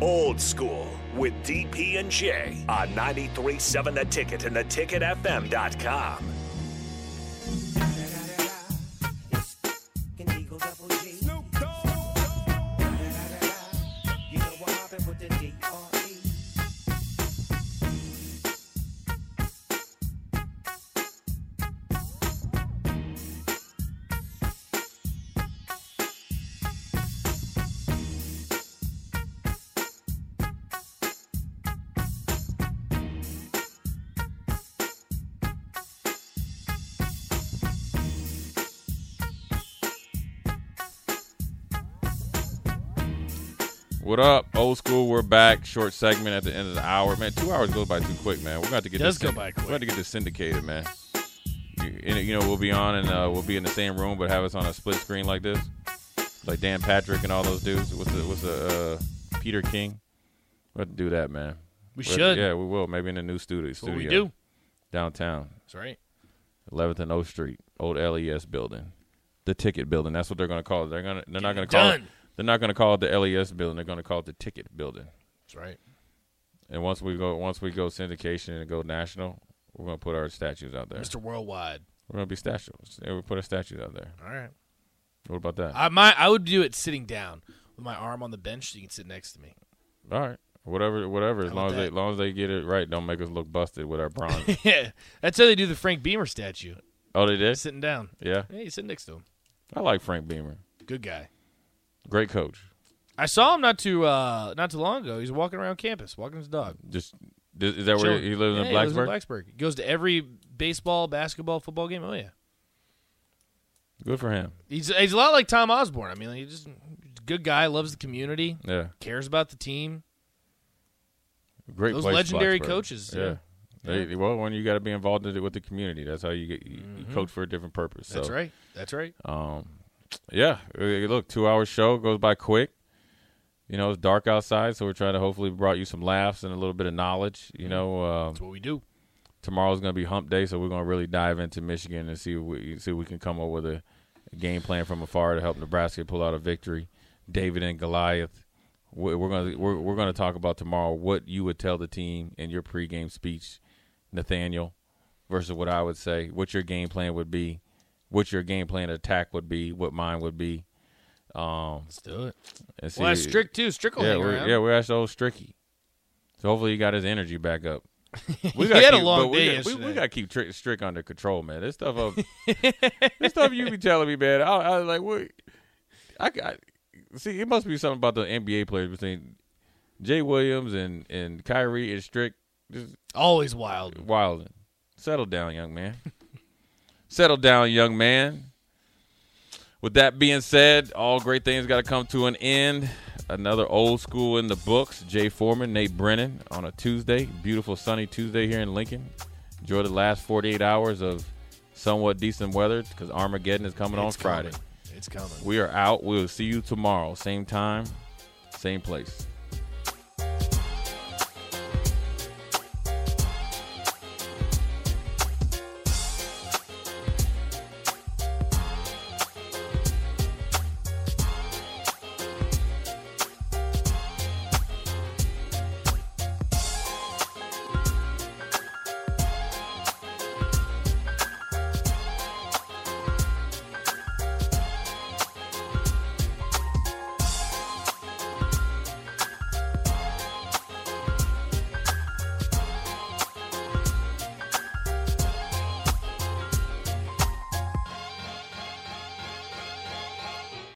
Old School with DP and J on 93.7 The Ticket and theticketfm.com. Contigo Double G. Da-da-da-da. You know what happened with the E. D.R.E.. What up, old school? We're back. Short segment at the end of the hour. Man, two hours goes by too quick, man. We're going to get Does this go by quick. We're going to get this syndicated, man. You, and, you know, we'll be on and uh, we'll be in the same room, but have us on a split screen like this, like Dan Patrick and all those dudes. What's the what's the uh, Peter King? We'll have to do that, man. We We'll- should. Yeah, we will. Maybe in the new studio. That's what we studio do. downtown, That's right. 11th and O Street, old LES building, the Ticket building. That's what they're going to call it. They're going to. They're not Get going it to call it. done. They're not going to call it the LES building. They're going to call it the Ticket building. That's right. And once we go, once we go syndication and go national, we're gonna put our statues out there. Mr. Worldwide. We're gonna be statues. And we put our statues out there. All right. What about that? I my I would do it sitting down with my arm on the bench so you can sit next to me. All right, whatever, whatever. As How long as about they, that? as long as they get it right, don't make us look busted with our bronze. Yeah. That's how they do the Frank Beamer statue. oh, they did. Sitting down. Yeah, Hey, you sit next to him. I like Frank Beamer. Good guy. Great coach. I saw him not too uh not too long ago. He's walking around campus, walking his dog. Just th- is that where Chilling. he lives Yeah, in he lives Blacksburg? Blacksburg. He goes to every baseball, basketball, football game. Oh yeah. Good for him. He's he's a lot like Tom Osborne. I mean, he's just a good guy, loves the community, Yeah, cares about the team. great. Those place, legendary Blacksburg. coaches, Yeah. yeah. Mm-hmm. They- well, when you got to be involved in it with the community, that's how you get you, you coach for a different purpose. That's so, right. That's right. Um, yeah, uh, look, two hour show goes by quick. You know, it's dark outside, so we're trying to hopefully brought you some laughs and a little bit of knowledge. You know, um, That's what we do. tomorrow's gonna be Hump Day, so we're gonna really dive into Michigan and see if we see if we can come up with a game plan from afar to help Nebraska pull out a victory. David and Goliath. We- We're gonna we're, we're gonna talk about tomorrow what you would tell the team in your pregame speech, Nathaniel, versus what I would say. What your game plan would be, what your game plan attack would be, what mine would be. um, Let's do it. And see, Well, that's Strick too. Strick will yeah, hang we're, around. yeah, we're actually old Stricky. So hopefully he got his energy back up. We He had a keep- long but we day got- We, we yesterday. gotta keep Tri- Strick under control, man. This stuff, up, this stuff you be telling me, man. I, I was like, what? I, got- see. It must be something about the NBA players between Jay Williams and and Kyrie and Strick. Just Always wild. wilding. Settle down, young man. Settle down, young man. With that being said, all great things got to come to an end. Another old school in the books. Jay Foreman, Nate Brennan on a Tuesday. Beautiful sunny Tuesday here in Lincoln. Enjoy the last 48 hours of somewhat decent weather because Armageddon is coming on It's Friday. coming. It's coming. We are out. We'll see you tomorrow. Same time, same place.